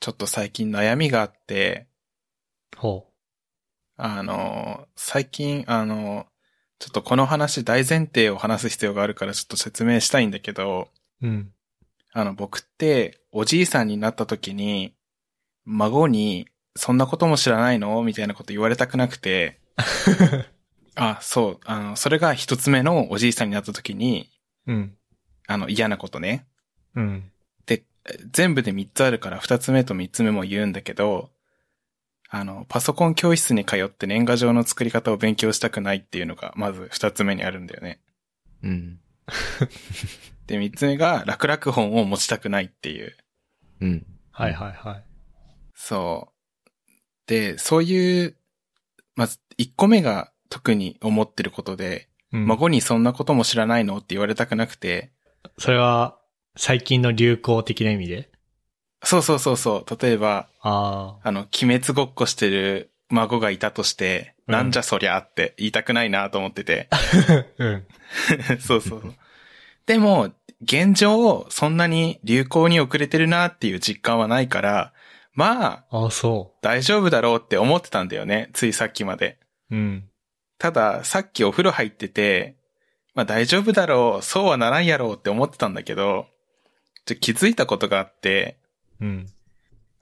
ちょっと最近悩みがあって、ほあの、最近、あの、ちょっとこの話大前提を話す必要があるからちょっと説明したいんだけど、う。うん。あの、僕っておじいさんになった時に、孫に、そんなことも知らないのみたいなこと言われたくなくて、あ、そう、あの、それが一つ目のおじいさんになった時に、うん。あの、嫌なことね。うん。で、え全部で3つあるから2つ目と3つ目も言うんだけど、あの、パソコン教室に通って年賀状の作り方を勉強したくないっていうのが、まず2つ目にあるんだよね。うん。 で、3つ目が、楽々本を持ちたくないっていう。うん。はいはいはい。そう。で、そういう、まず1個目が特に思ってることで、うん。孫にそんなことも知らないのって言われたくなくて、それは、最近の流行的な意味でそうそうそうそう、例えば、ああ。あの、鬼滅ごっこしてる孫がいたとして、うんなんじゃそりゃって言いたくないなと思って て。うん。そうそう。でも、現状、そんなに流行に遅れてるなっていう実感はないから、まあ、ああ、そ大丈夫だろうって思ってたんだよね。ついさっきまで。う。うん。ただ、さっきお風呂入ってて、まあ大丈夫だろう、そうはならんやろうって思ってたんだけど、ちょ気づいたことがあって、うん。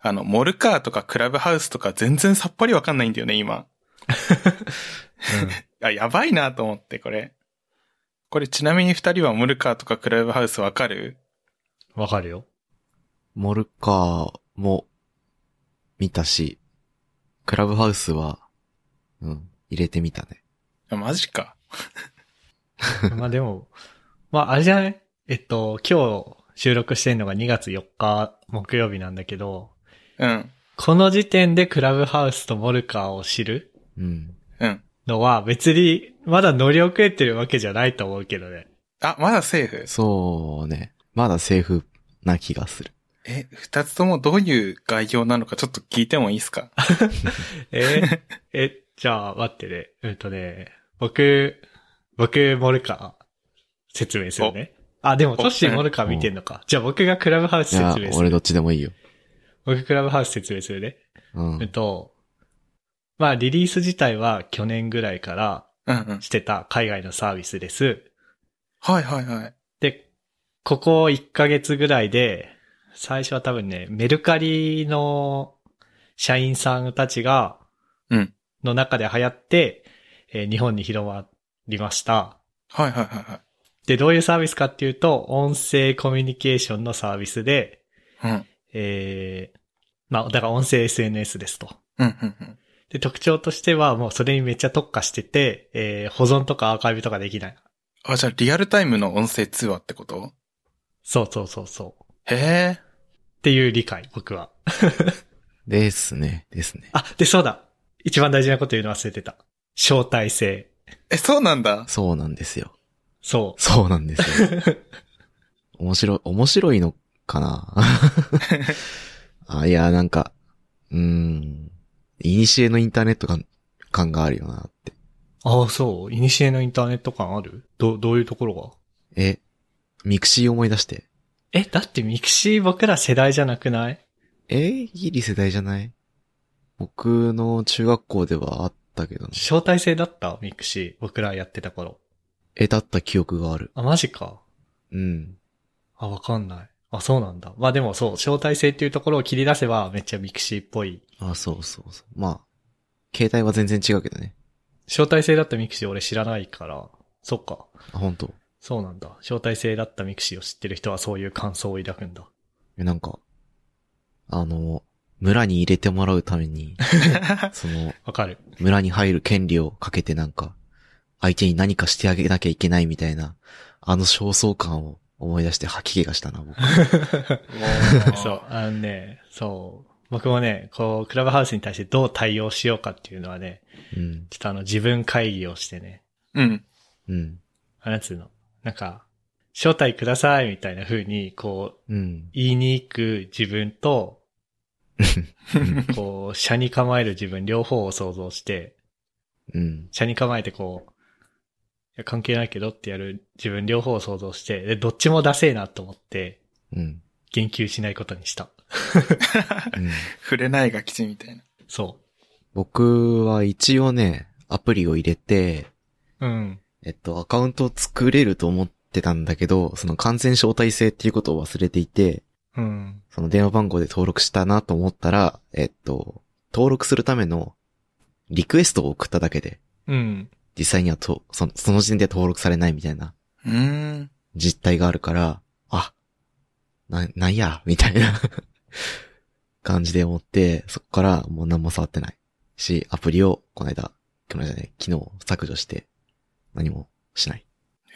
あの、モルカーとかクラブハウスとか全然さっぱりわかんないんだよね、今。あ、やばいなと思って、これ。これちなみに二人はモルカーとかクラブハウスわかる うん。わかるよ。モルカーも見たし、クラブハウスは、うん、入れてみたね。あマジか。まあでも、まああれじゃないえっと、今日収録してんのが2月4日木曜日なんだけど、うん。この時点でクラブハウスとモルカーを知るうん。うん。のは別にまだ乗り遅れてるわけじゃないと思うけどね。あ、まだセーフ。そうね。まだセーフな気がする。え、二つともどういう概要なのかちょっと聞いてもいいですかえーえ、じゃあ待ってね。うんとね、僕、僕モルカー説明するね。あ、でもトッシーモルカー見てんのか。じゃあ僕がクラブハウスいや説明、す俺る。どっちでもいいよ。僕クラブハウス説明するね。うえっん。と、まあリリース自体は去年ぐらいからうんうん。してた海外のサービスです。はいはいはい。で、ここ1ヶ月ぐらいで、最初は多分ね、メルカリの社員さんたちが、うんの中で流行って、えー日本に広まりました。はいはいはで、どういうサービスかっていうと、音声コミュニケーションのサービスで、いはい。えー、まあ、だから音声 SNS ですと。うん。うんうんうん。で、特徴としては、もうそれにめっちゃ特化してて、えー、保存とかアーカイブとかできない。あ、じゃあリアルタイムの音声通話ってことそうそうそうそう。っへえ。ていう理解、僕は。ですね。ですね。あ、で、そうだ。一番大事なこと言うの忘れてた。招待制。え、そうなんだ。そうなんですよ。そそうなんです よ。面白い、面白いのかな あ、いや、なんか、うーん。いにしえのインターネット感感があるよなって。う。ああ、そう。イニシエのインターネット感あるど、どういうところがえ、ミクシー思い出して。え、だってミクシー僕ら世代じゃなくないえギリ世代じゃない僕の中学校ではあったけどね。招待制だったミクシー。僕らやってた頃。え、だった記憶がある。あ、マジか。うん。あ、わかんない。あ、そうなんだ。まあでもそう、招待制っていうところを切り出せばめっちゃミクシーっぽい。あ、そうそうそう。まあ、携帯は全然違うけどね。招待制だったミクシー俺知らないから。そっか。あ、本当そうなんだ。招待制だったミクシーを知ってる人はそういう感想を抱くんだ。え、なんか、あの、村に入れてもらうために、その、わかる。村に入る権利をかけてなんか、相手に何かしてあげなきゃいけないみたいな、あの焦燥感を思い出して吐き気がしたな、僕。そう、あのね、そう。僕もね、こう、クラブハウスに対してどう対応しようかっていうのはね、うん。ちょっとあの、自分会議をしてね、 う。うん。 うん。あなんつうの、なんか、招待くださいみたいな風に、こう、うん。言いに行く自分と、こう、車に構える自分両方を想像して、うん。車に構えてこう、いや、関係ないけどってやる自分両方を想像して、で、どっちもダセえなと思って、うん。言及しないことにした。うん触れないが吉みたいな。そ僕は一応ね、アプリを入れて、う。うん。えっと、アカウントを作れると思ってたんだけど、その完全招待制っていうことを忘れていて、うん。その電話番号で登録したなと思ったら、えっと、登録するためのリクエストを送っただけで、うん。実際にはとそのその時点で登録されないみたいなうーん。実態があるから、あ、な、なんや、みたいな 感じで思って、そこからもう何も触ってないし、アプリをこの間、この間じゃない、昨日削除して、何もしない。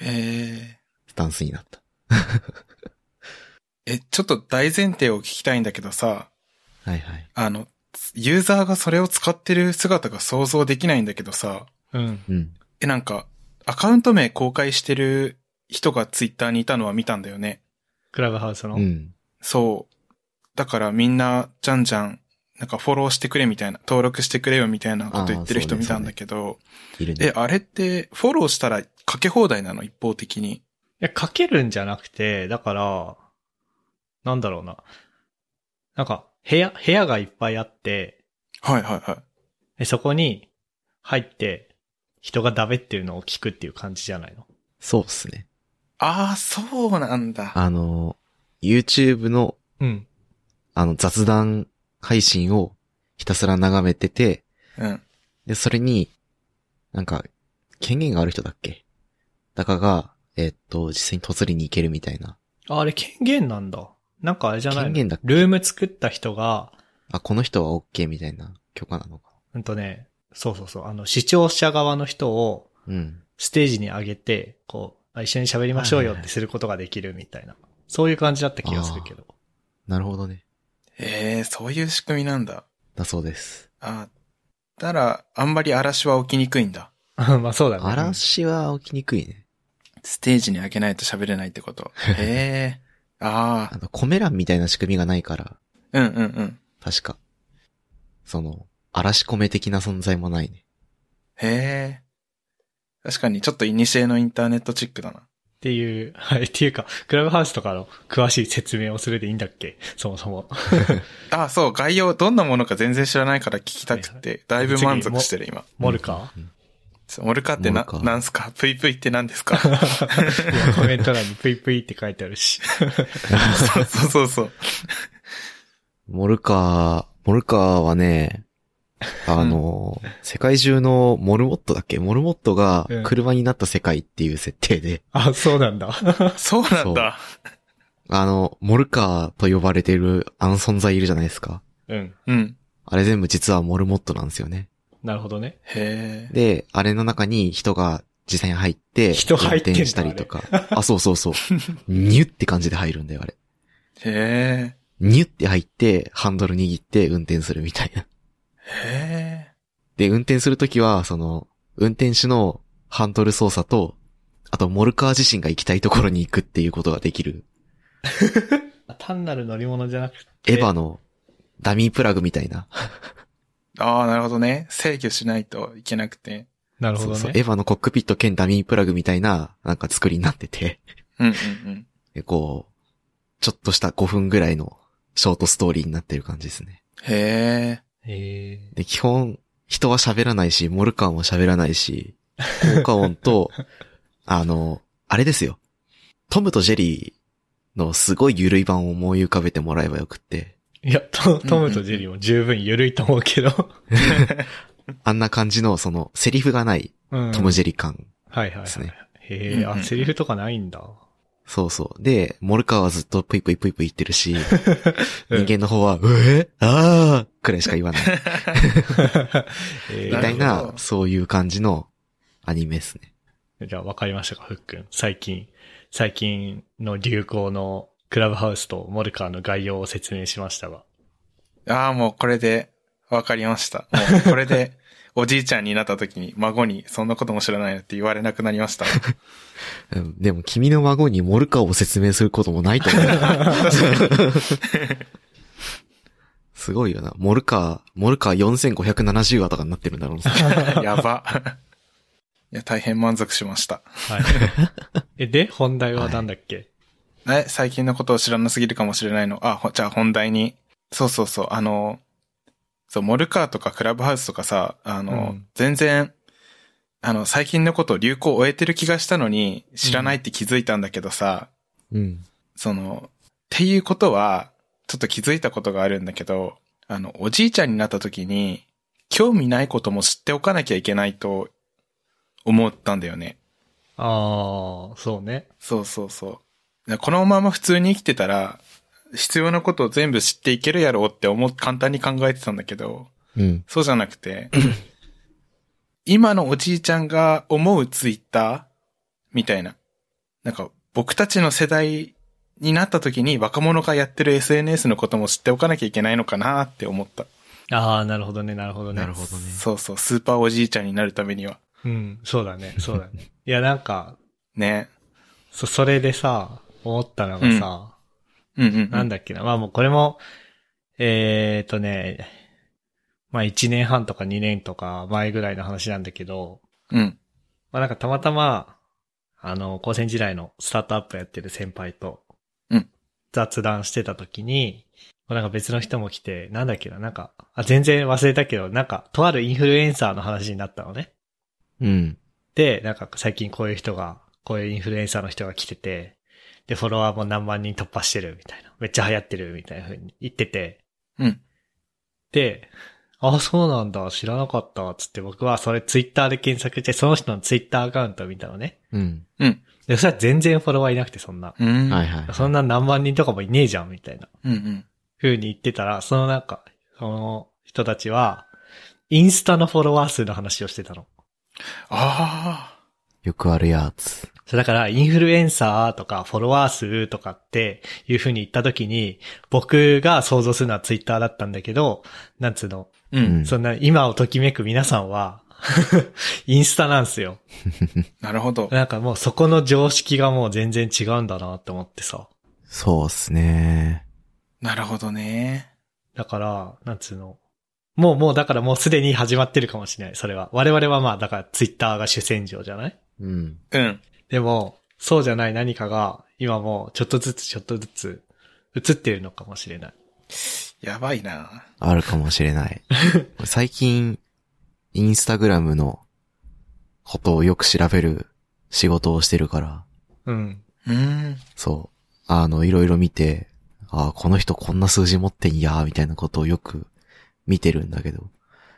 えスタンスになった。ー、え、ちょっと大前提を聞きたいんだけどさ、はいはい。あの、ユーザーがそれを使ってる姿が想像できないんだけどさ、うん。うん。え、なんか、アカウント名公開してる人がツイッターにいたのは見たんだよね。クラブハウスの。うん。そう。だからみんな、じゃんじゃん、なんかフォローしてくれみたいな、登録してくれよみたいなこと言ってる人あーそ見たうねんだけど、いるね。え、あれって、フォローしたらかけ放題なの一方的に。いや、かけるんじゃなくて、だから、なんだろうな。なんか、部屋、部屋がいっぱいあって、はいはいはい。でそこに入って、人がダメっていうのを聞くっていう感じじゃないの。そうっすね。ああ、そうなんだ。あの、YouTube の、うん。あの、雑談配信をひたすら眺めてて、うん。で、それに、なんか、権限がある人だっけだかが、えっと、実際に突りに行けるみたいな。ああれ、権限なんだ。なんかあれじゃないの権限だっけルーム作った人が、あ、この人は OK みたいな許可なのか。うんとね、そうそうそう、あの、視聴者側の人をうん。ステージに上げて、こう、あ一緒に喋りましょうよってすることができるみたいな。そういう感じだった気がするけど。なるほどね。ええー、そういう仕組みなんだ。だそうです。ああ、たら、あんまり嵐は起きにくいんだ。 まあそうだね。嵐は起きにくいね。ステージに上げないと喋れないってこと。へえ。ああの、コメ欄みたいな仕組みがないから、あ、うんうんうん。確か。その、嵐コメ的な存在もないね。へえ。確かにちょっと古のインターネットチックだな。っていう、 はい、っていうか、クラブハウスとかの詳しい説明をするでいいんだっけそもそも。ああ、そう、概要、どんなものか全然知らないから聞きたくて、だいぶ満足してる今。モルカうんモルカってなモル、カなんすかプイプイって何ですかーいやコメント欄にプイプイって書いてある し。そうそうそうそう。モルカー、モルカー はね、あの、世界中のモルモットだっけモルモットがうん車になった世界っていう設定で、あ、そうなんだ。そうなんだ。あの、モルカーと呼ばれてるあの存在いるじゃないですか。うん。うん。あれ全部実はモルモットなんですよね。なるほどね。へえ。で、あれの中に人が実際に入って、人入ってんだ運転したりとか。あ、そうそうそう。ニュって感じで入るんだよ、あれ。へえ。ニュって入って、ハンドル握って運転するみたいな。へで、運転するときは、その、運転手のハンドル操作と、あと、モルカー自身が行きたいところに行くっていうことができる。単なる乗り物じゃなくて。エヴァのダミープラグみたいな。え。ああ、なるほどね。制御しないといけなくて。なるほどね。そうそうエヴァのコックピット兼ダミープラグみたいな、なんか作りになってて、うんうんうん。でこう、ちょっとした5分ぐらいのショートストーリーになってる感じですね。へえ。えーで、基本、人は喋らないし、モルカーも喋らないし、効果音と、あの、あれですよ。トムとジェリーのすごい緩い版を思い浮かべてもらえばよくって、いや、トトムとジェリーも十分緩いと思うけど。あんな感じの、その、セリフがないうん。トムェジェリー感。はいはい、はい。ですねへえ、うんうあ、んセリフとかないんだ。そうそう。で、モルカーはずっとプイプイプイプイ言ってるし、うん人間の方は、うえあーくらいしか言わない。えみーたいなるほな、どそういう感じのアニメですね。じゃあ、わかりましたか、ふっくん。最近、最近の流行のクラブハウスとモルカーの概要を説明しましたが。ああ、もうこれで、わかりました。もうこれ で、おじいちゃんになった時に孫に、そんなことも知らないよって言われなくなりま した。うんでも、君の孫にモルカーを説明することもないと思う。 すごいよな。モルカー、モルカー4570話とかになってるんだろうな。やば。いや、大変満足しました。 はい。え、で、本題はなんだっけ、え、最近のことを知らなすぎるかもしれないの。あ、ほじゃあ本題にそうそうそう、あの、そう、モルカーとかクラブハウスとかさ、あの、うん全然、あの、最近のこと流行を終えてる気がしたのに、知らないって気づいたんだけどさ、うん。その、っていうことは、ちょっと気づいたことがあるんだけど、あの、おじいちゃんになった時に、興味ないことも知っておかなきゃいけないと思ったんだよね。ああ、そうね。そうそうそう。このまま普通に生きてたら、必要なことを全部知っていけるやろうって思う、簡単に考えてたんだけど、うん。そうじゃなくて、今のおじいちゃんが思うツイッターみたいな。なんか、僕たちの世代になった時に若者がやってる SNS のことも知っておかなきゃいけないのかなって思った。ああ、なるほどね、なるほどね。なるほどね。そうそう、スーパーおじいちゃんになるためには。うん、そうだね、そうだね。 いや、なんか、ね。そ、それでさ、思ったのがさ、うんうん、うん。なんだっけな、まあもうこれも、えーっとね、まあ1年半とか2年とか前ぐらいの話なんだけど、うん。まあなんかたまたま、あの、高専時代のスタートアップやってる先輩と、うん雑談してた時に、まあなんか別の人も来て、なんだっけな、なんか、あ、全然忘れたけど、なんか、とあるインフルエンサーの話になったのね。うん。で、なんか最近こういう人が、こういうインフルエンサーの人が来てて、で、フォロワーも何万人突破してるみたいな。めっちゃ流行ってるみたいな風に言ってて。うん。で、あ、そうなんだ、知らなかった、つって僕はそれツイッターで検索して、その人のツイッターアカウントを見たのね。うん。で、それは全然フォロワーいなくて、そんな。うん。はいはい。そんな何万人とかもいねえじゃん、みたいなうんうん。風に言ってたら、そのなんか、その人たちは、インスタのフォロワー数の話をしてたの。ああ。よくあるやつ。そうだから、インフルエンサーとかフォロワー数とかっていう風に言った時に、僕が想像するのはツイッターだったんだけど、なんつうの、う。うんそんな今をときめく皆さんは、 インスタなんすよ。なるほど。なんかもうそこの常識がもう全然違うんだなって思ってさ。そうっすね。なるほどね。だから、なんつうの。もうもうだからもうすでに始まってるかもしれない、それは。我々はまあだからツイッターが主戦場じゃないうん。うん。でも、そうじゃない何かが、今もうちょっとずつちょっとずつ映ってるのかもしれない。やばいな。あるかもしれない。最近、インスタグラムのことをよく調べる仕事をしてるから、うん。うん。そう。あの、いろいろ見て、ああ、この人こんな数字持ってんやー、みたいなことをよく見てるんだけど、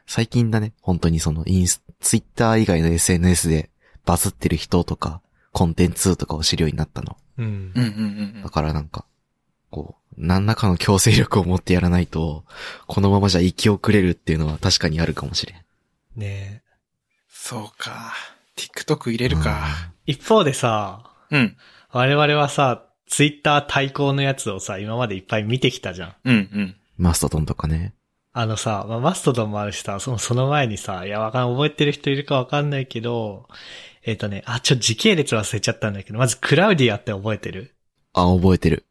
最近だね、本当にそのインス、ツイッター以外の SNS でバズってる人とか、コンテンツとかを知るようになったの。うんうんうんうんだからなんか、こう、何らかの強制力を持ってやらないと、このままじゃ生き遅れるっていうのは確かにあるかもしれん。ねそうか。TikTok 入れるか。え。一方でさ、うん。我々はさ、ツイッター対抗のやつをさ、今までいっぱい見てきたじゃん。うんうん。マストドンとかね。あのさ、まあ、マストドンもあるしさ、その、その前にさ、いや、わかん、覚えてる人いるかわかんないけど、えっ、とね、あ、ちょ、時系列忘れちゃったんだけど、まず、クラウディアって覚えてるあ、覚えてる。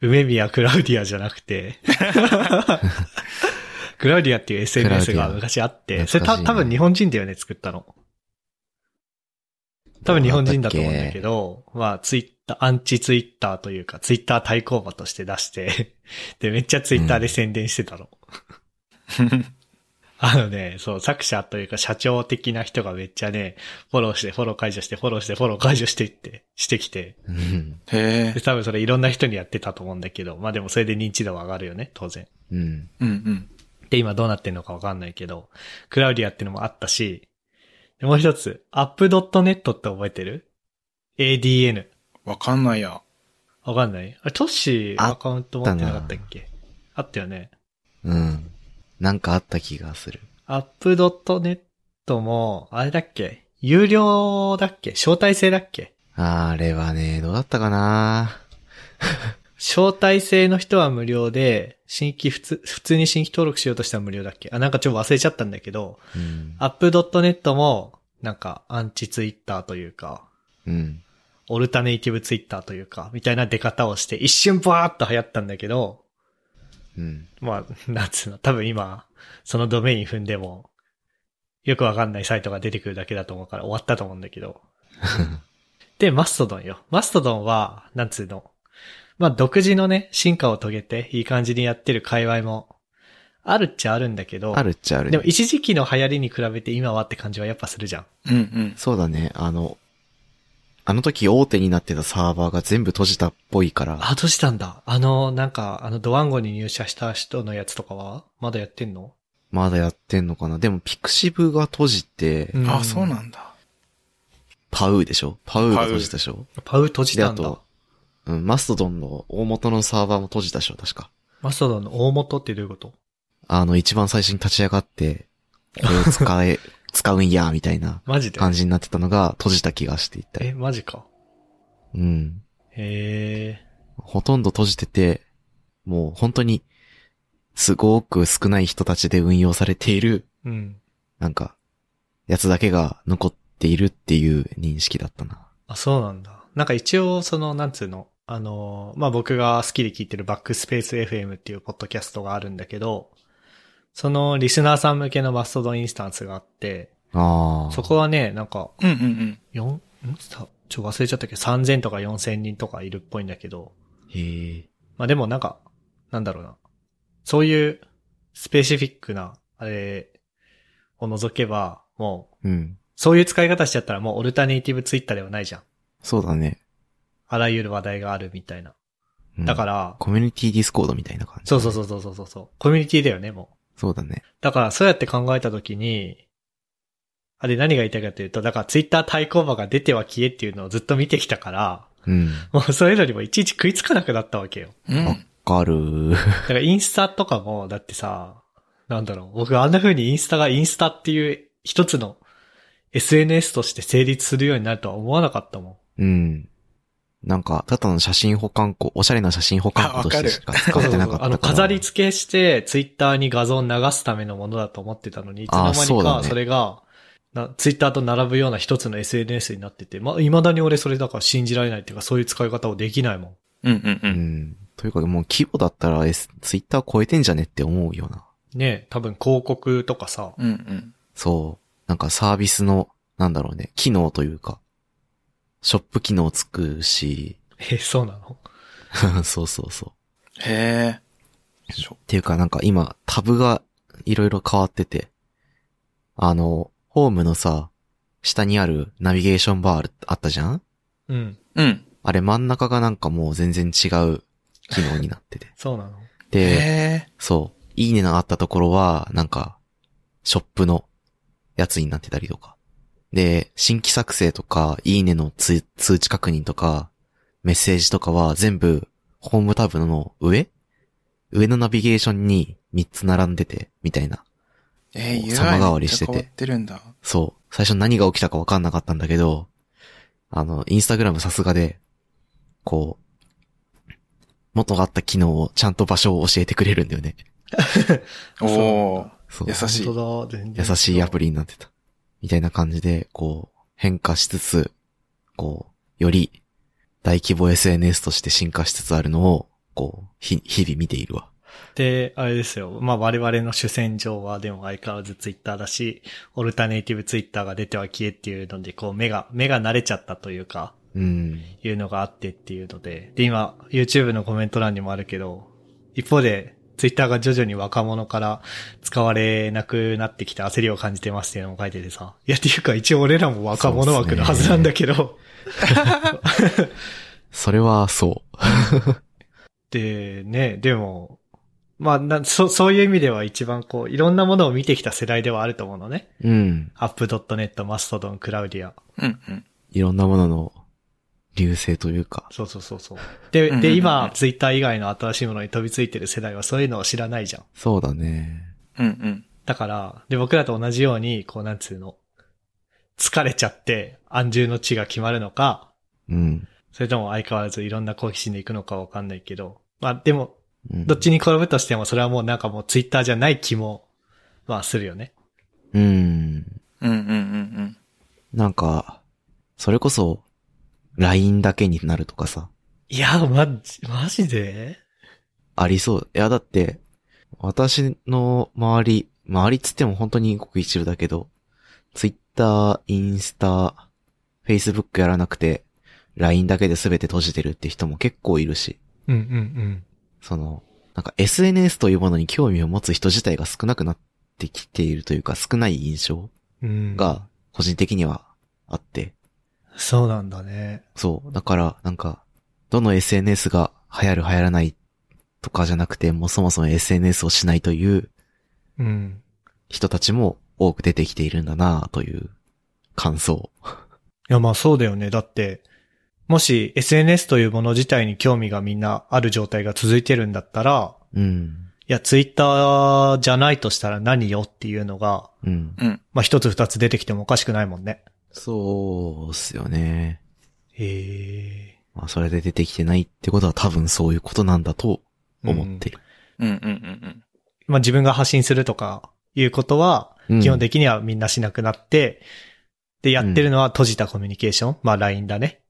梅宮クラウディアじゃなく て、クラウディアっていう SNS が昔あっクラて、ウディアそれた懐かしいね多分日本人だよね、作ったの。多分日本人だと思うんだけど、まあツイッター、アンチツイッターというか、ツイッター対抗馬として出して、で、めっちゃツイッターで宣伝してたの。あのね、そう、作者というか社長的な人がめっちゃね、フォローして、フォロー解除して、フォローして、フォロー解除していって、してきて、うん。へで、え。多分それいろんな人にやってたと思うんだけど、まあでもそれで認知度は上がるよね、当然。うん。うんうん。で、今どうなってんのかわかんないけど、クラウディアってのもあったし、でもう一つ、app.net って覚えてる ?ADN。わかんないや。わかんないあれ、トッシーあアカウント持ってなかったっけあったよね。うん。なんかあった気がする。 app.net も、あれだっけ有料だっけ招待制だっけあれはね、どうだったかな招待制の人は無料で、新規普通、普通に新規登録しようとしたら無料だっけあ、なんかちょっと忘れちゃったんだけど、うん。 app.net も、なんか、アンチツイッターというか、うん。オルタネイティブツイッターというか、みたいな出方をして、一瞬バーッと流行ったんだけど、うん。まあ、なんつうの、多分今、そのドメイン踏んでも、よくわかんないサイトが出てくるだけだと思うから終わった と思うんだけど。で、マストドンよ。マストドンは、なんつうの、まあ独自のね、進化を遂げていい感じにやってる界隈もあるっちゃあるんだけど、あるっちゃある、でも一時期の流行りに比べて今はって感じはやっぱするじゃん。うんうん。そうだね、あの、あの時大手になってたサーバーが全部閉じたっぽいから、あ、閉じたんだ。あの、なんか、あの、ドワンゴに入社した人のやつとかはまだやってんのまだやってんのかな。でもピクシブが閉じて、あ、そうなんだ。パウでしょパウが閉じたでしょパウ閉じで、たあんだと。、うん、マストドンの大元のサーバーも閉じたでしょ確か。マストドンの大元ってどういうことあの、一番最初に立ち上がって、これを使え、使うんや、みたいなマジで感じになってたのが閉じた気がしていたえ、よ。マジか。うん。へえ。ほとんど閉じてて、もう本当に、すごく少ない人たちで運用されている、うん。なんか、やつだけが残っているっていう認識だったな。あ、そうなんだ。なんか一応、その、なんつうの、あのー、まあ、僕が好きで聞いてるバックスペース FM っていうポッドキャストがあるんだけど、そのリスナーさん向けのマストドンインスタンスがあって、ああ。そこはね、なんか、うんうん4、んさちょ、忘れちゃったけど、3000とか4000人とかいるっぽいんだけど、へえ。まあでもなんか、なんだろうな。そういうスペシフィックな、あれを除けば、もう、うん。そういう使い方しちゃったらもうオルタネイティブツイッターではないじゃん。そうだね。。あらゆる話題があるみたいな。だからら、コミュニティディスコードみたいな感じ。そうそうそうそうそうそう。コミュニティだよね、もう。そうだね。だから、そうやって考えたときに、あれ何が言いたいかというと、だからツイッター対抗馬が出ては消えっていうのをずっと見てきたから、うん。もうそういうのにもいちいち食いつかなくなったわけよ。うん。うん。わかる ー。だからインスタとかも、だってさ、なんだろう、僕あんな風にインスタがインスタっていう一つの SNS として成立するようになるとは思わなかったもん。うん。なんか、ただの写真保管庫、おしゃれな写真保管庫としてしか使って なかったから。あの、飾り付けして、ツイッターに画像を流すためのものだと思ってたのに、いつのあー間そにうだか、ねそれが、なツイッターと並ぶような一つの SNS になってて、まあ、未だに俺それだから信じられないっていうか、そういう使い方をできないもん。うんうんう。うんん。というか、もう規模だったら、S、ツイッター超えてんじゃねって思うような。ねえ多分広告とかさ、 うんうん。そう。なんかサービスの、なんだろうね、機能というか、ショップ機能つくし、 え、そうなのそうそうそう。へえ。しょっていうかなんか今、タブがいろいろ変わってて、あの、ホームのさ、下にあるナビゲーションバーあるあったじゃんうん、。うん。あれ真ん中がなんかもう全然違う機能になっててそうなので、へえ。そう。いいねのあったところは、なんか、ショップのやつになってたりとか。で、新規作成とか、いいねのつ通知確認とか、メッセージとかは全部、ホームタブの上上のナビゲーションに3つ並んでて、みたいな。えー、こう UI 様変わめりっちゃしてて変わってるんだ。そう。最初何が起きたかわかんなかったんだけど、あの、インスタグラムさすがで、こう、元があった機能をちゃんと場所を教えてくれるんだよね。おそうおー。そう優しい。う本当だ、全然優違うしいアプリになってた。みたいな感じで、こう、変化しつつ、こう、より大規模 SNS として進化しつつあるのを、こう、ひ、日々見ているわ。で、あれですよ。まあ我々の主戦場はでも相変わらずツイッターだし、オルタネイティブツイッターが出ては消えっていうので、こう目が、目が慣れちゃったというか、うん。いうのがあってっていうので、で今 YouTube のコメント欄にもあるけど、一方でツイッターが徐々に若者から使われなくなってきて焦りを感じてますっていうのも書いててさ、いやっていうか一応俺らも若者枠のはずなんだけど、それは、そう。で、ね、でも、まあな、そ、そういう意味では一番こう、いろんなものを見てきた世代ではあると思うのね。うん。アップドットネット、マストドン、クラウディア。んうん。いろんなものの流星というか、そうそうそうそう。うで、んうんうで、ん今、ツイッター以外の新しいものに飛びついてる世代はそういうのを知らないじゃん。そうだね。うんうん。だから、で、僕らと同じように、こう、なんつうの、疲れちゃって、安住の地が決まるのか、うん。それとも相変わらずいろんな好奇心で行くのかわかんないけど、まあ、でも、うんどっちに転ぶとしても、それはもうなんかもうツイッターじゃない気も、まあ、するよね。うん。うんうんうんなんか、それこそ、LINE だけになるとかさ。いや、ま、マジでありそう。いや、だって、私の周り、周りっつっても本当にごく一部だけど、ツイッター、インスタ、フェイスブックやらなくて、LINE だけで全て閉じてるって人も結構いるし。うんうんその、なんか SNS というものに興味を持つ人自体が少なくなってきているというか、少ない印象うん。うん。が、個人的にはあって、そうなんだね。そう。だから、なんか、どの SNS が流行る流行らないとかじゃなくて、もうそもそも SNS をしないといううん。人たちも多く出てきているんだなという感想。いや、まあそうだよね。だって、もし SNS というもの自体に興味がみんなある状態が続いてるんだったら、うん。いや、ツイッターじゃないとしたら何よっていうのが、うん。うん。まあ一つ二つ出てきてもおかしくないもんね。そうっすよね。へえ。まあ、それで出てきてないってことは多分そういうことなんだと思ってる。うんうんうんうん。まあ自分が発信するとかいうことは、うん基本的にはみんなしなくなって、で、やってるのは閉じたコミュニケーション、まあ LINE だね。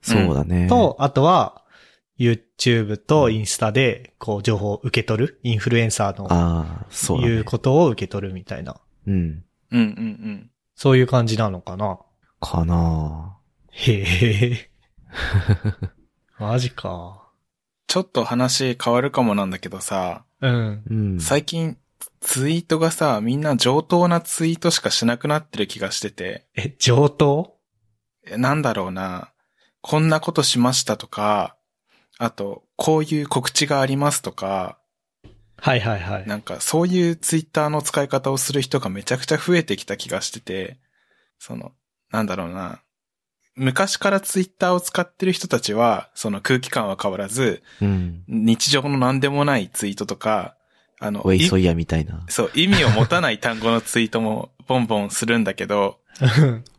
そうだね。と、あとは、YouTube とインスタで、こう、情報を受け取る、インフルエンサーの、ああ、そうだ、ね。いうことを受け取るみたいな、うん。うんうんうん。そういう感じなのかな。かなへえ。 マジか。ちょっと話変わるかもなんだけどさ、うん。ぁうん。最近ツイートがさ、みんな上等なツイートしかしなくなってる気がしてて、え、上等えなんだろうな、こんなことしましたとか、あと、こういう告知がありますとか、はいはいはい。 なんかそういうツイッターの使い方をする人がめちゃくちゃ増えてきた気がしてて、その、なんだろうな。昔からツイッターを使ってる人たちは、その空気感は変わらず、うん。日常の何でもないツイートとか、あの、ウェイソいイヤみたいな。そう、意味を持たない単語のツイートもボンボンするんだけど、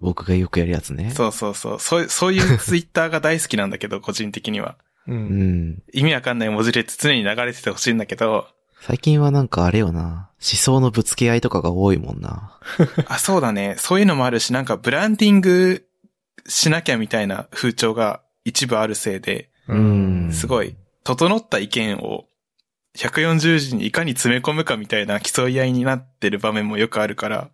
僕がよくやるやつね。そうそうそう、そうそういうツイッターが大好きなんだけど、個人的には。う。うんん。意味わかんない文字列常に流れててほしいんだけど、最近はなんかあれよな。思想のぶつけ合いとかが多いもんな。あ、そうだね。そういうのもあるし、なんかブランディングしなきゃみたいな風潮が一部あるせいで、うんすごい、整った意見を140字にいかに詰め込むかみたいな競い合いになってる場面もよくあるから、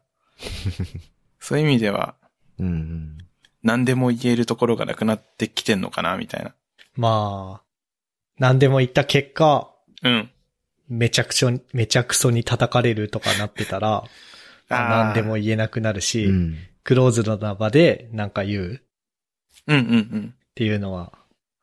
そういう意味ではうんうん。何でも言えるところがなくなってきてんのかな、みたいな。まあ、何でも言った結果、うん。めちゃくちゃ、めちゃくそに叩かれるとかなってたら、 あー何でも言えなくなるし、うん。クローズドな場でなんか言うっうんうんうん。ていうのは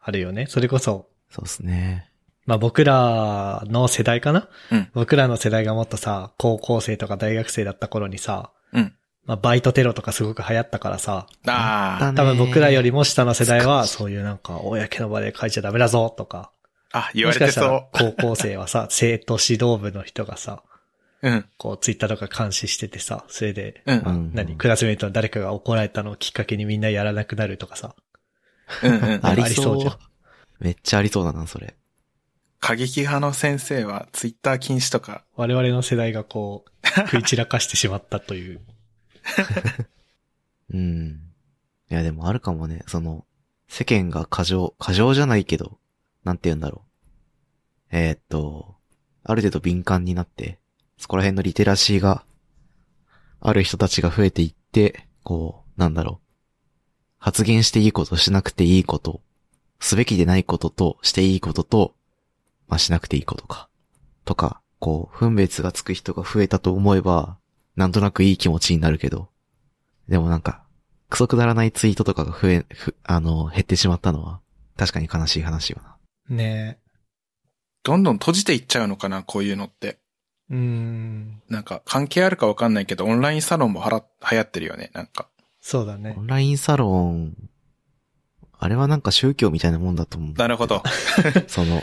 あるよね。それこそ、そうっすね。まあ僕らの世代かな、うん僕らの世代がもっとさ、高校生とか大学生だった頃にさ、うんまあバイトテロとかすごく流行ったからさ、あ多分僕らよりも。も下の世代懐かはしいそういうなんか公の場で書いちゃダメだぞとか、あ、あ、言もわしれかてしたらそ高校生はさ、 生徒指導部の人がさ、う。うん。こうツイッターとか監視しててさ、それで、うん。ううんん。何、クラスメイトの誰かが怒られたのをきっかけにみんなやらなくなるとかさ、うん うん。ありありそそううじじゃゃんん。めっちゃありそうだな、それ。過激派の先生はツイッター禁止とか、我々の世代がこ う、食い散らかしてしまったという。うん。いや、でもあるかもね。その、世間が過剰、過剰じゃないけど、なんて言うんだろう。えーっと、ある程度敏感になって、そこら辺のリテラシーが、ある人たちが増えていって、こう、なんだろう。発言していいこと、しなくていいこと、すべきでないことと、していいことと、まあ、しなくていいことか。とか、こう、分別がつく人が増えたと思えば、なんとなくいい気持ちになるけど、でもなんか、クソくだらないツイートとかが増え、ふあの、減ってしまったのは、確かに悲しい話よな。ねどんどん閉じていっちゃうのかな、こういうのって。え。うーん。なんか関係あるかわかんないけど、オンラインサロンもはら流行ってるよね、なんか。そうだねオ。ンラインサロン、あれはなんか宗教みたいなもんだと思う。なるほど。その、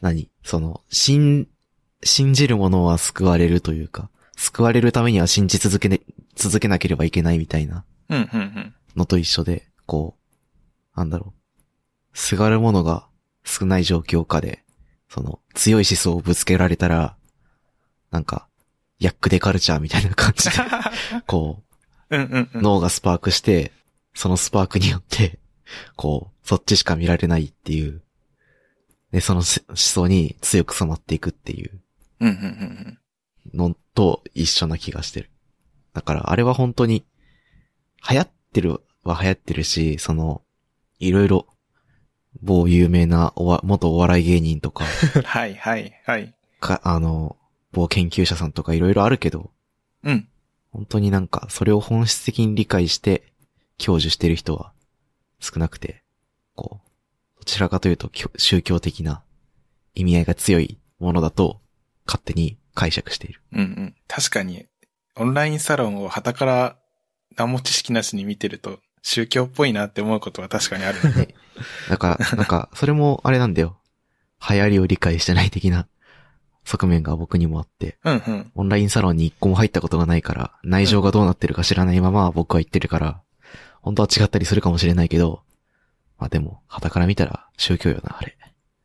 何その、信、信じるものは救われるというか、救われるためには信じ続けね、続けなければいけないみたいなうん、うん、うん。 のと一緒で、こう、なんだろう。すがるものが少ない状況下で、その、強い思想をぶつけられたら、なんか、ヤックデカルチャーみたいな感じ で、こうん、うん、う う、ん。脳がスパークして、そのスパークによって、こう、そっちしか見られないっていう。で、そのし思想に強く染まっていくっていううん、うん、うん。のと一緒な気がしてる。だから、あれは本当に、流行ってるは流行ってるし、その、いろいろ、某有名なおわ、元お笑い芸人とか、 はいはいはい。か、あの、某研究者さんとかいろいろあるけど、うん。本当になんか、それを本質的に理解して、享受してる人は少なくて、こう、どちらかというと、きょ宗教的な意味合いが強いものだと、勝手に解釈している。うんうん。確かに、オンラインサロンを旗から何も知識なしに見てると、宗教っぽいなって思うことは確かにあ る。だから、なんか、それもあれなんだよ。流行りを理解してない的な側面が僕にもあって、うんうん。オンラインサロンに一個も入ったことがないから、内情がどうなってるか知らないまま僕は言ってるから、本当は違ったりするかもしれないけど、まあでも、旗から見たら宗教よな、あれ。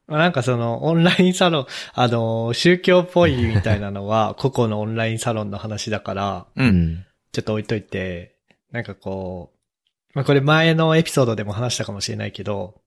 まあなんかそのオンラインサロン、あの、宗教っぽいみたいな のは個々のオンラインサロンの話だから、う。うんん。ちょっと置いといて、なんかこう、まあこれ前のエピソードでも話したかもしれないけど、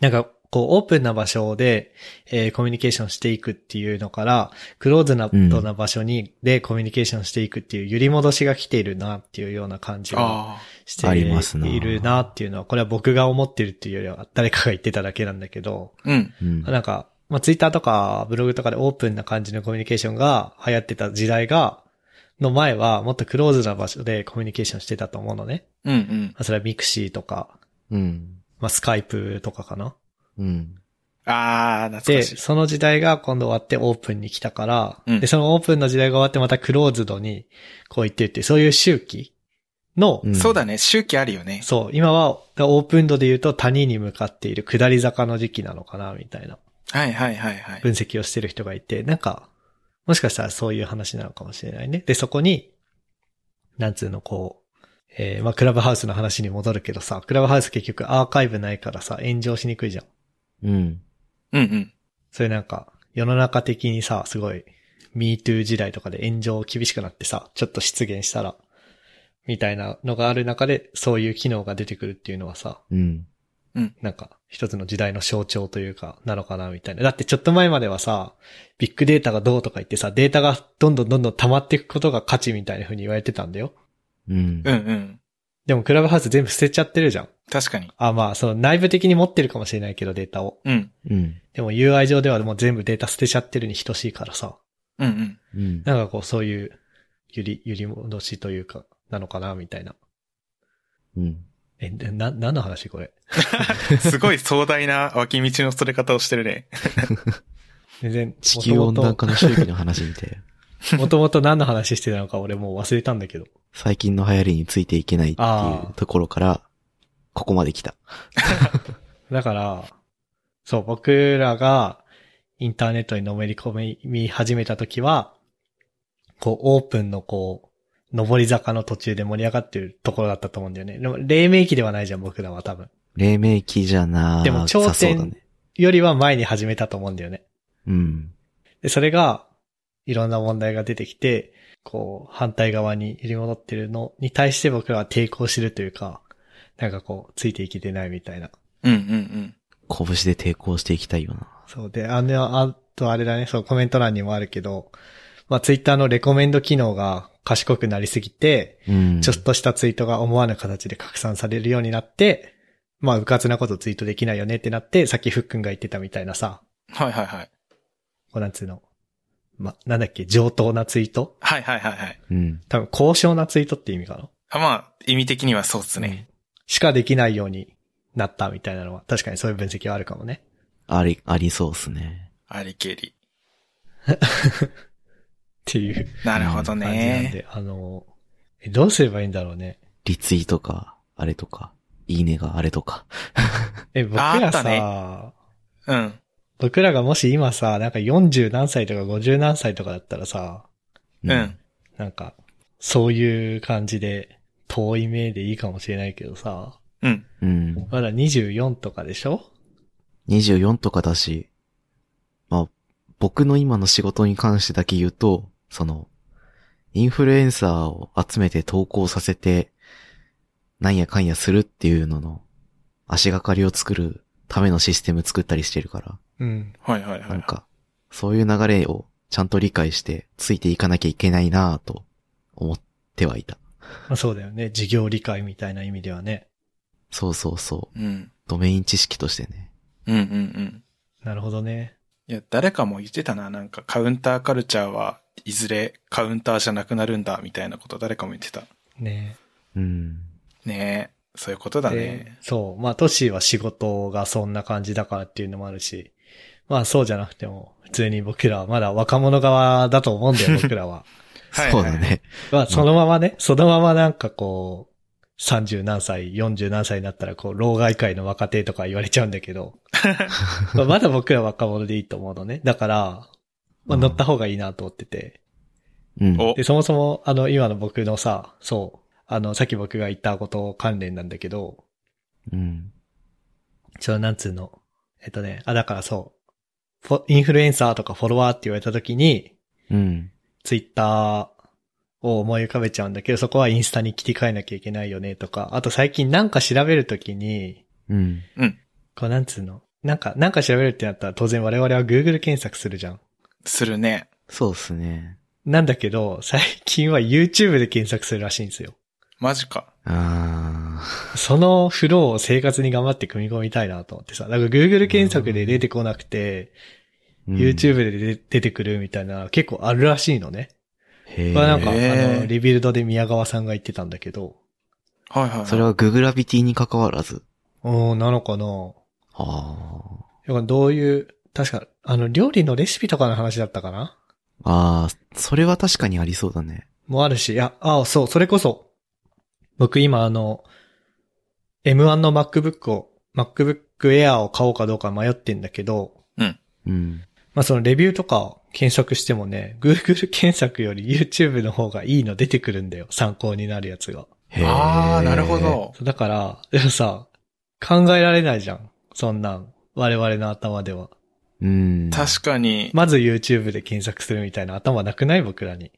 なんかこうオープンな場所で、えーコミュニケーションしていくっていうのから、クローズなうんな場所に、でコミュニケーションしていくっていう揺り戻しが来ているなっていうような感じがああ。してありますないるなっていうのは、これは僕が思ってるっていうよりは誰かが言ってただけなんだけど、うん。うん。なんか、まあ、ツイッターとかブログとかでオープンな感じのコミュニケーションが流行ってた時代が、の前はもっとクローズな場所でコミュニケーションしてたと思うのね。うんうんま。あそれはミクシーとか、うん。まあ、スカイプとかかな。うん。ああ、懐で、かしい。その時代が今度終わってオープンに来たから、うんで、そのオープンの時代が終わってまたクローズドにこう言ってるっていう、そういう周期の、んそうだね、周期あるよね。そう、今はオープン度で言うと谷に向かっている下り坂の時期なのかな、みたいな。はいはいはいはい。分析をしてる人がいて、なんか、もしかしたらそういう話なのかもしれないね。で、そこに、なんつうの、こう、えー、まあ、クラブハウスの話に戻るけどさ、クラブハウス結局アーカイブないからさ、炎上しにくいじゃん。うん。うんうん。それなんか、世の中的にさ、すごい、MeToo 時代とかで炎上厳しくなってさ、ちょっと出現したら、みたいなのがある中で、そういう機能が出てくるっていうのはさ、うん。なんか、一つの時代の象徴というか、なのかな、みたいな。だってちょっと前まではさ、ビッグデータがどうとか言ってさ、データがどんどんどんどん溜まっていくことが価値みたいな風に言われてたんだよ。うんうんうん。でもクラブハウス全部捨てちゃってるじゃん。確かに。あ、まあ、その内部的に持ってるかもしれないけど、データを。うん。うん。でも UI 上ではもう全部データ捨てちゃってるに等しいからさ。うんうん。うん。なんかこう、そういう、ゆり、ゆり戻しというか、なのかな、みたいな。うん。え、でな、何の話これ。すごい壮大な脇道のそれ方をしてるね。全然、地球温暖化の周期の話みたいな。もともと何の話してたのか俺もう忘れたんだけど。最近の流行りについていけないっていあーうところから、ここまで来た。だから、そう、僕らがインターネットにのめり込み始めた時は、こう、オープンのこう、上り坂の途中で盛り上がってるところだったと思うんだよね。でも、黎明期ではないじゃん、僕らは多分。黎明期じゃなでも頂点さそうだね。よりは前に始めたと思うんだよね。うん。で、それが、いろんな問題が出てきて、こう、反対側に入り戻ってるのに対して僕らは抵抗してるというか、なんかこう、ついていけてないみたいな。うんうんうん。拳で抵抗していきたいよな。そうで、あの、あとあれだね、そう、コメント欄にもあるけど、まあ、ツイッターのレコメンド機能が賢くなりすぎて、うん。ちょっとしたツイートが思わぬ形で拡散されるようになって、まあ、うかつなことツイートできないよねってなって、さっきふっくんが言ってたみたいなさ、はいはいはい。こうなんつうの、ま、なんだっけ、上等なツイートはいはいはいはい。うん。多分、高尚なツイートって意味かなあまあ、意味的にはそうっすね。しかできないようになったみたいなのは、確かにそういう分析はあるかもね。あり、ありそうっすね。ありけり。っていうなるほど感じなんね。で、あの、えどうすればいいんだろうね。リツイートか、あれとか、いいねがあれとか。え、僕ああらったさ、うん。僕らがもし今さ、なんか40何歳とか50何歳とかだったらさ、うん。なんか、そういう感じで、遠い目でいいかもしれないけどさ、うん。うん。まだ24とかでしょ24とかだし、まあ、僕の今の仕事に関してだけ言うと、その、インフルエンサーを集めて投稿させて、なんやかんやするっていうのの、足がかりを作るためのシステム作ったりしてるから、うん。はいはいはなんい。か、そういう流れをちゃんと理解して、ついていかなきゃいけないなぁと思ってはいた。まあ、そうだよね。事業理解みたいな意味ではね。そうそうそう。うん。ドメイン知識としてね。うんうんうん。なるほどね。いや、誰かも言ってたな、なんかカウンターカルチャーはいずれカウンターじゃなくなるんだ、みたいなこと誰かも言ってた。ねうん。ねえ、そういうことだねで。そう。まあ、都市は仕事がそんな感じだからっていうのもあるし、まあ、そうじゃなくても、普通に僕らはまだ若者側だと思うんだよ、僕らは。はいそうだね。まあ、そのままね、そのままなんかこう、30何歳、40何歳になったら、こう、老害界の若手とか言われちゃうんだけど、まあまだ僕らは若者でいいと思うのね。だから、まあ、乗った方がいいなと思ってて。うん。おで、、そもそも、あの、今の僕のさ、そう、あの、さっき僕が言ったこと関連なんだけど、うん。ちょ、なんつうの。えっとね、あ、だからそう。フォインフルエンサーとかフォロワーって言われた時に、うん。ツイッターを思い浮かべちゃうんだけど、そこはインスタに切り替えなきゃいけないよねとか、あと最近なんか調べるときに、うん。こうなんつうの。なんか、なんか調べるってなったら当然我々は Google 検索するじゃん。するね。そうっすね。なんだけど、最近は YouTube で検索するらしいんですよ。マジか。あそのフローを生活に頑張って組み込みたいなと思ってさ。だから Google 検索で出てこなくて、ー。うん YouTube で出出てくるみたいな結構あるらしいのね。へーまあなんか、あへーの、リビルドで宮川さんが言ってたんだけど、はいはい、はい。それはググラビティに関わらず。うん、なのかなあだからどういう、確か、あの、料理のレシピとかの話だったかなあ。ああ、それは確かにありそうだね。もあるし、いや、あそう、それこそ、僕今あの、M1 の MacBook を、MacBook Air を買おうかどうか迷ってんだけど、うん。まあそのレビューとかを検索してもね、Google 検索より YouTube の方がいいの出てくるんだよ。参考になるやつが。へーああ、なるほ。ど。そうだから、でもさ、考えられないじゃん。そんなん。我々の頭では。うん。確かに。まず YouTube で検索するみたいな頭なくない僕らに。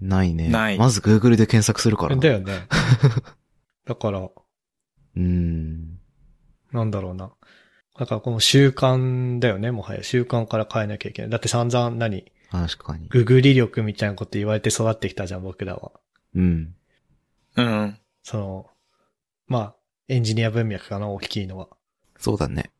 ないね。ないまず Google で検索するから。だよね。だから、うん。なんだろうな。だからこの習慣だよね、もはや。習慣から変えなきゃいけない。だって散々何確かに。ググリ力みたいなこと言われて育ってきたじゃん、僕らは。うん。うん。その、まあ、エンジニア文脈かな、大きいのは。そうだね。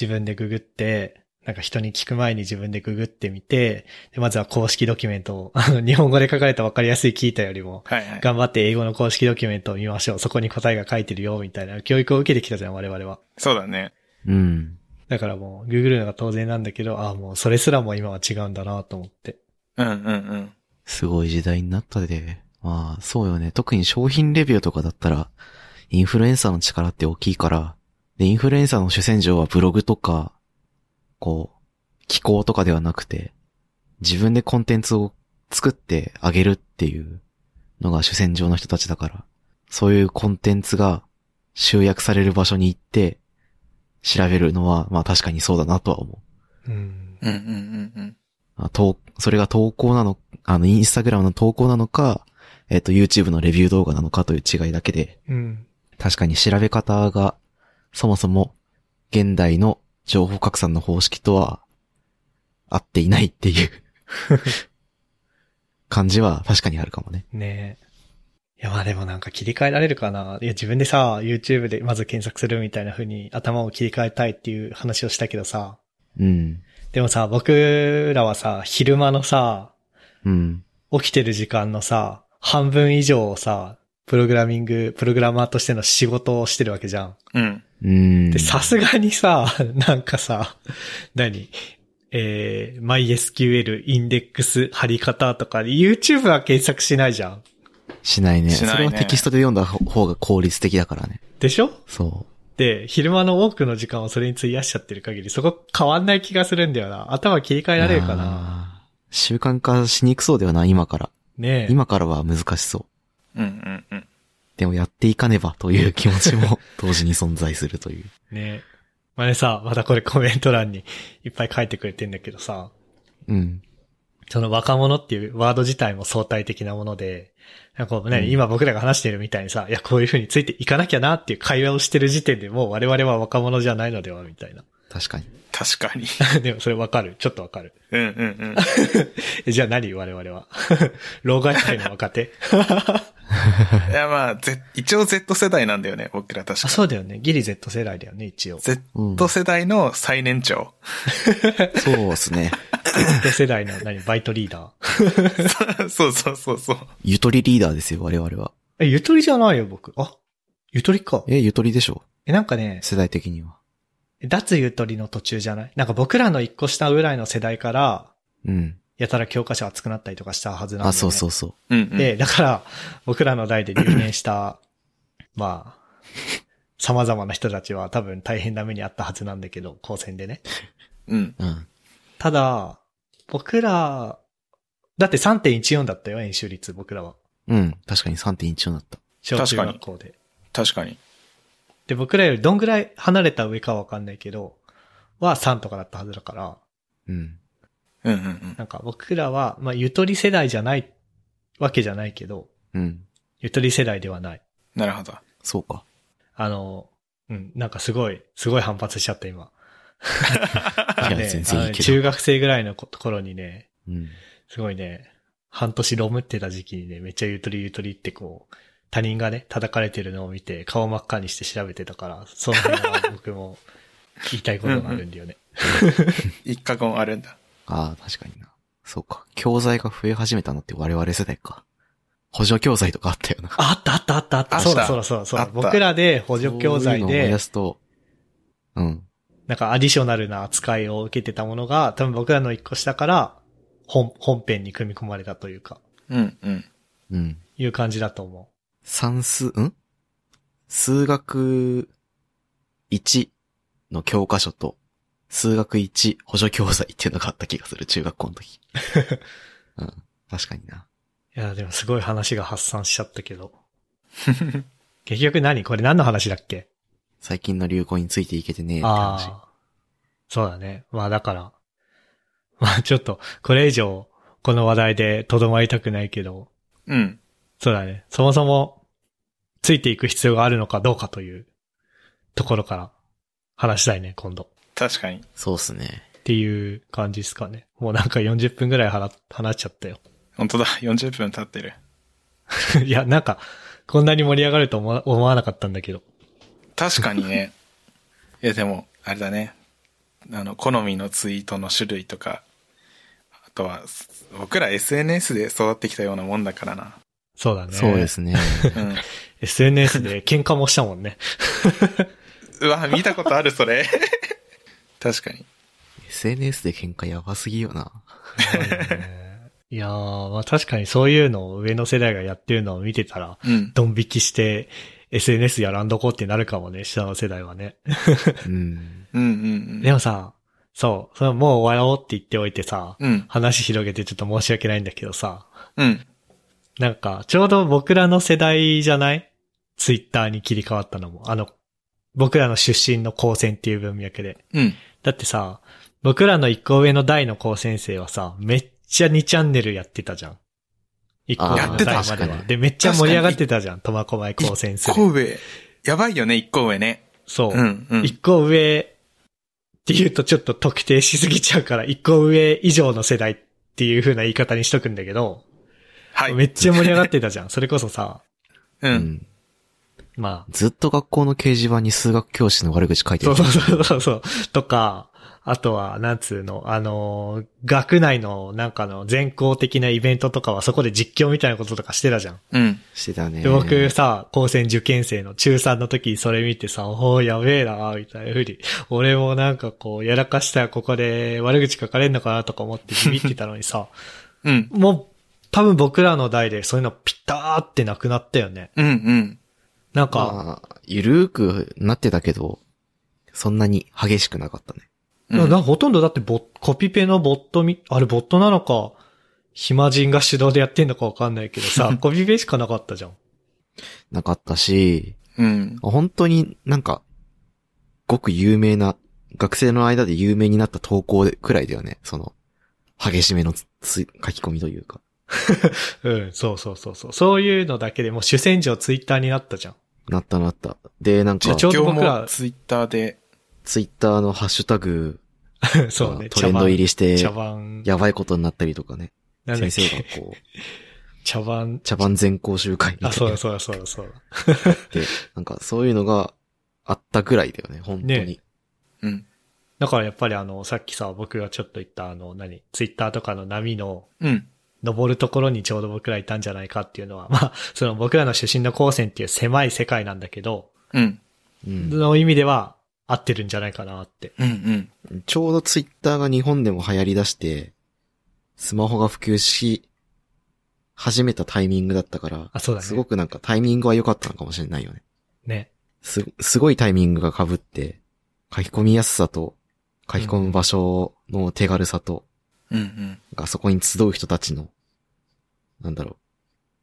自分でググって、なんか人に聞く前に自分でググってみて、でまずは公式ドキュメントを、 あの、日本語で書かれた分かりやすい聞いたよりも、はいはい。頑張って英語の公式ドキュメントを見ましょう。そこに答えが書いてるよ、みたいな教育を受けてきたじゃん、我々は。そうだね。うん。だからもう、ググるのが当然なんだけど、ああ、もうそれすらも今は違うんだなと思って。うんうんうん。すごい時代になったで。まあ、そうよね。特に商品レビューとかだったら、インフルエンサーの力って大きいから、で、インフルエンサーの主戦場はブログとか、こう、機構とかではなくて、自分でコンテンツを作ってあげるっていうのが主戦場の人たちだから、そういうコンテンツが集約される場所に行って、調べるのは、まあ確かにそうだなとは思う。うん。うんうんうんうん。あ、投、それが投稿なの、あの、インスタグラムの投稿なのか、えっ、と、YouTube のレビュー動画なのかという違いだけで、うん。確かに調べ方が、そもそも、現代の情報拡散の方式とは、合っていないって いう、感じは確かにあるかもね。ねえ。いや、まあでもなんか切り替えられるかな。いや、自分でさ、YouTube でまず検索するみたいな風に頭を切り替えたいっていう話をしたけどさ、うん。でもさ、僕らはさ、昼間のさ、うん。起きてる時間のさ、半分以上をさ、プログラミング、プログラマーとしての仕事をしてるわけじゃん。うん。うん。で、さすがにさ、 なんかさ、何えー、MySQL インデックス貼り方とか、YouTube は検索しないじゃん。しないね。しないねそれはテキストで読んだ方が効率的だからね。でしょそで、昼間の多くの時間をそれに費やしちゃってる限り、そこ変わんない気がするんだよな。頭切り替う。えられるかなな習慣化しにくそうだよな、今から。ねえ。今からは難しそう。うんうんうん。でもやっていかねばという気持ち も同時に存在するという。ねえ。まあねさ、またこれコメント欄にいっぱい書いてくれてんだけどさ、うん。その若者っていうワード自体も相対的なもので、なんかこうね、うん今僕らが話してるみたいにさ、いや、こういう風についていかなきゃなっていう会話をしてる時点でもう我々は若者じゃないのでは、みたいな。 確かに。確 かに。でもそれわかるちょっとわかる。うんうんうん。 えじゃあ何我々は。老害界の若手いや、まあ、Z、一応 Z 世代なんだよね、僕ら確 あ、か。そうだよね。ギリ Z 世代だよね、一応。 Z うん世代の最年長。 そうですね。 Z 世代の何バイトリーダー。そうそうそうそう。ゆとりリーダーですよ、我々は。え、ゆとりじゃないよ、僕。あ、ゆとりか。え、ゆとりでしょえ、なんかね、世代的には。脱ゆとりの途中じゃないなんか僕らの一個下ぐらいの世代から、うん。やたら教科書熱くなったりとかしたはずなんで、ね。あ、そうそうそうう。ん、うん。で、だから、僕らの代で留 年した、まあ、様々な人たちは多分大変な目にあったはずなんだけど、高専でね。うん。うん。ただ、僕ら、だって3.14だったよ、演習率、僕らは。うん。確かに3.14だった。小確中かに学校で。確かに。で、僕らよりどんぐらい離れた上かはわかんないけど、は3とかだったはずだから、うん。うんうんうん。なんか僕らは、まあ、ゆとり世代じゃないわけじゃないけど、うん。ゆとり世代ではない。なるほど。そうか。あの、うん、なんかすごい、すごい反発しちゃった、今。いや、ね全あ然いのいけ中ど。学生ぐらいの頃にね、うん。すごいね、半年ロムってた時期にね、めっちゃゆとりゆとりってこう、他人がね、叩かれてるのを見て、顔真っ赤にして調べてたから、その辺は僕も 言いたいことがあるんだよね。一過言あるんだ。ああ、確かにな。そうか。教材が増え始めたのって我々世代か。補助教材とかあったよな。ああったあったあったああった。ったそうだそうだそうだそうあだ。った僕らで補助教材そういうのを思いで出、すと、うん。なんかアディショナルな扱いを受けてたものが、多分僕らの一個下から、本、本編に組み込まれたというか、うんうん。うん。いう感じだと思算数、ん数学1の教科書と、数学1補助教材っていうのがあった気がする、中学校 の時。うん。確かにな。う。いや、でもすごい話が発散しちゃったけど。 結局何これ何の話だっけ最近の流行についていけてねえって話。ああ。そうだね。まあだから。まあちょっと、これ以上、この話題でとどまりたくないけど、うん。そうだね。そもそも、ついていく必要があるのかどうかという、ところから、話したいね、今度。確かに。そうっすね。っていう感じですかね。もうなんか40分ぐらい話、話しちゃったよ。 本当だ。40分経ってる。いや、なんか、こんなに盛り上がると思わ思わなかったんだけど。確かにね。 いや、でも、あれだね。あの、好みのツイートの種類とか、あとは、す僕ら SNS で育ってきたようなもんだからな。そうだね。そうで。すね。うん。 SNS で喧嘩もしたもんね。うわ、見たことある、それ。 確かに。 SNS で喧嘩やばすぎよな。 いやー、まあ確かにそういうのを上の世代がやってるのを見てたら、うん。ドン引きして SNS やらんどこうってなるかもね、下の世代はね。うん。うんうんでもさ、そう、それはもう終わろうって言っておいてさ、うん。うん。話広げてちょっと申し訳ないんだけどさ、うん。なんか、ちょうど僕らの世代じゃないツイッターに切り替わったのも、あの、僕らの出身の高専っていう文脈で。うん。だってさ、僕らの一個上の代の高先生はさ、めっちゃ2チャンネルやってたじゃん。一個上やっのてた代まで確かは。にで、めっちゃ盛り上がってたじゃん、苫小牧高専生一。個上。やばいよね、一個上ね。そうう。んうん。一個上って言うとちょっと特定しすぎちゃうから、一個上以上の世代っていう風な言い方にしとくんだけど、はい。めっちゃ盛り上がってたじゃん。それこそさ、う。うんん。まあ、ずっと学校の掲示板に数学教師の悪口書いてそるう。そうそうそう。とか、あとは、なんつうの、あのー、学内のなんかの全校的なイベントとかはそこで実況みたいなこととかしてたじゃん。うん。してたね。で、僕さ、高専受験生の中3の時にそれ見てさ、おーやべえなーみたいな風に、俺もなんかこう、やらかしたらここで悪口書かれんのかなとか思ってビビってたのに さ、うん。もう、多分僕らの代でそういうのピターってなくなったよね。うんうん。なんか、まあ、ゆるーくなってたけど、そんなに激しくなかったね。うんなほとんどだってボッコピペのボットみ、あれボットなのか、暇人が手動でやってんのかわかんないけど さ、コピペしかなかったじゃん。なかったし、うん。本当になんか、ごく有名な、学生の間で有名になった投稿くらいだよね。その、激しめのつつ書き込みというか。うん、そうそうそうそう。そういうのだけでもう主戦場ツイッターになったじゃん。 なったなった。で、なんじゃかあ、ちょうど僕ら今日もツイッターで、ツイッターのハッシュタグそがうね、トレンド入りして、茶番。茶番。やばいことになったりとかね。なんだっ先け生がこう、茶番。茶番全校集会みたいあ、なそうだそうだそうだ そうだ。で、なんかそういうのがあったぐらいだよね、本当に。ねうん。だからやっぱりあの、さっきさ、僕がちょっと言ったあの、何、ツイッターとかの波のうん。登るところにちょうど僕らいたんじゃないかっていうのは、まあ、その僕らの出身の高専っていう狭い世界なんだけど、うん。うん、の意味では合ってるんじゃないかなって。うん。うん。ちょうどツイッターが日本でも流行り出して、スマホが普及し、始めたタイミングだったから、あ、そうだね。すごくなんかタイミングは良かったのかもしれないよね。ね。す、すごいタイミングが被って、書き込みやすさと、書き込む場所の手軽さと、うん。うん。がそこに集う人たちの、なんだろ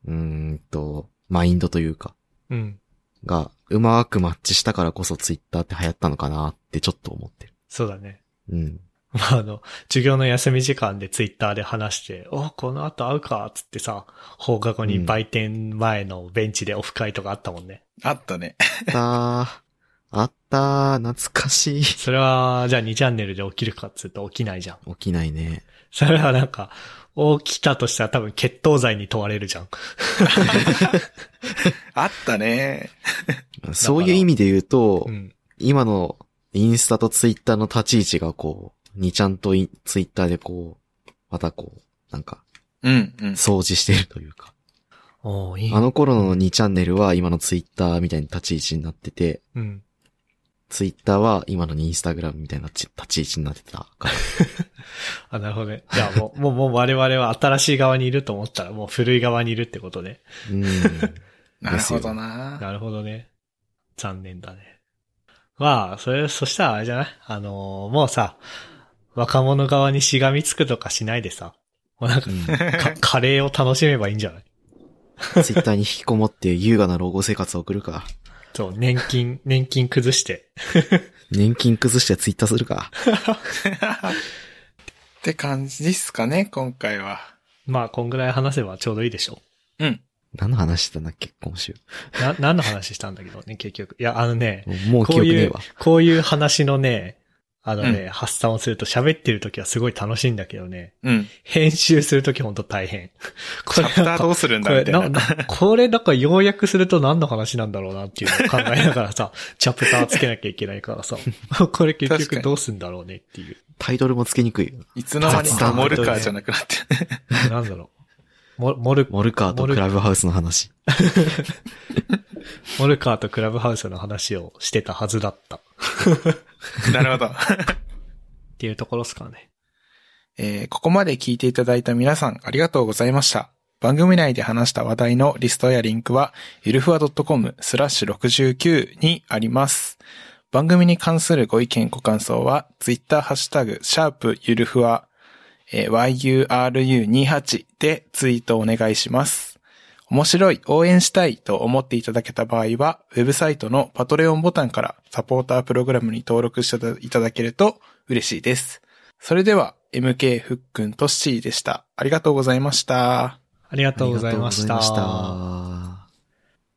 う、うーんと、マインドというか、うん。が、うまくマッチしたからこそツイッターって流行ったのかなってちょっと思ってる。そうだね。 うん。まあ、あの、授業の休み時間でツイッターで話して、おこの後会うか、つってさ、放課後に売店前のベンチでオフ会とかあったもんね。あったね。あったー、あったー、懐かしい。起それは、じゃあ2チャンネルで起きるかっつうと起きないじゃん。 きないね。それはなんか、起きたとしたら多分血統罪に問われるじゃん。あったね。そういう意味で言うと、うん。今のインスタとツイッターの立ち位置がこう、にちゃんとインツイッターでこう、またこう、なんか、うん。うん。掃除してるというか。おーいい。あの頃の2チャンネルは今のツイッターみたいな立ち位置になってて、うん。ツイッターは今のインスタグラムみたいな立ち立ち位置になってたから。あ、なるほどね。じゃあもう、もう、もう我々は新しい側にいると思ったら、もう古い側にいるってことね。うん。 なるほどなな。るほどね。残念だね。まあ、それ、そしたらあれじゃないあのーもうさ、若者側にしがみつくとかしないでさ、もうなんか、かカレーを楽しめばいいんじゃないツイッターに引きこもって優雅な老後生活を送るか。そう、年金、年金崩して。年金崩してツイッターするか。って感じですかね、今回は。まあ、こんぐらい話せばちょうどいいでしょうん。何の話してたんだっけ今週。う。な、何の話したんだけどね、結局。いや、あのね、もうもう記こう憶ねいえうわ。、こういう話のね、あのね、う発散をすると喋ってる時はすごい楽しいんだけどね、うん。編集する時ほんと大変。こチれャプターどうするんこだみたれいな。な、な これなんか要約すると何の話なんだろうなっていうのを考えながら さ、チャプターつけなきゃいけないからさ、 これ結確か局にどうすんだろうねっていう。タイトルもつけにくいよ。いつの間にかモルカー雑談じゃなくなって。なんだろう。モモル、モルカーとクラブハウスの話。モルカーとクラブハウスの話をしてたはずだったっ なるほど。ていうところですかね。えーここまで聞いていただいた皆さんありがとうございました。番組内で話した話題のリストやリンクは、ゆるふわ .com スラッシュ69にあります。番組に関するご意見、ご感想は、ツイッターハッシュタグ、シャープゆるふわ、えー yuru28 でツイートお願いします。面白い、応援したいと思っていただけた場合は、ウェブサイトのパトレオンボタンからサポータープログラムに登録していただけると嬉しいです。それでは、MK ふっくんとっしーでした。ありがとうございました。ありがとうございましありたがとうございました。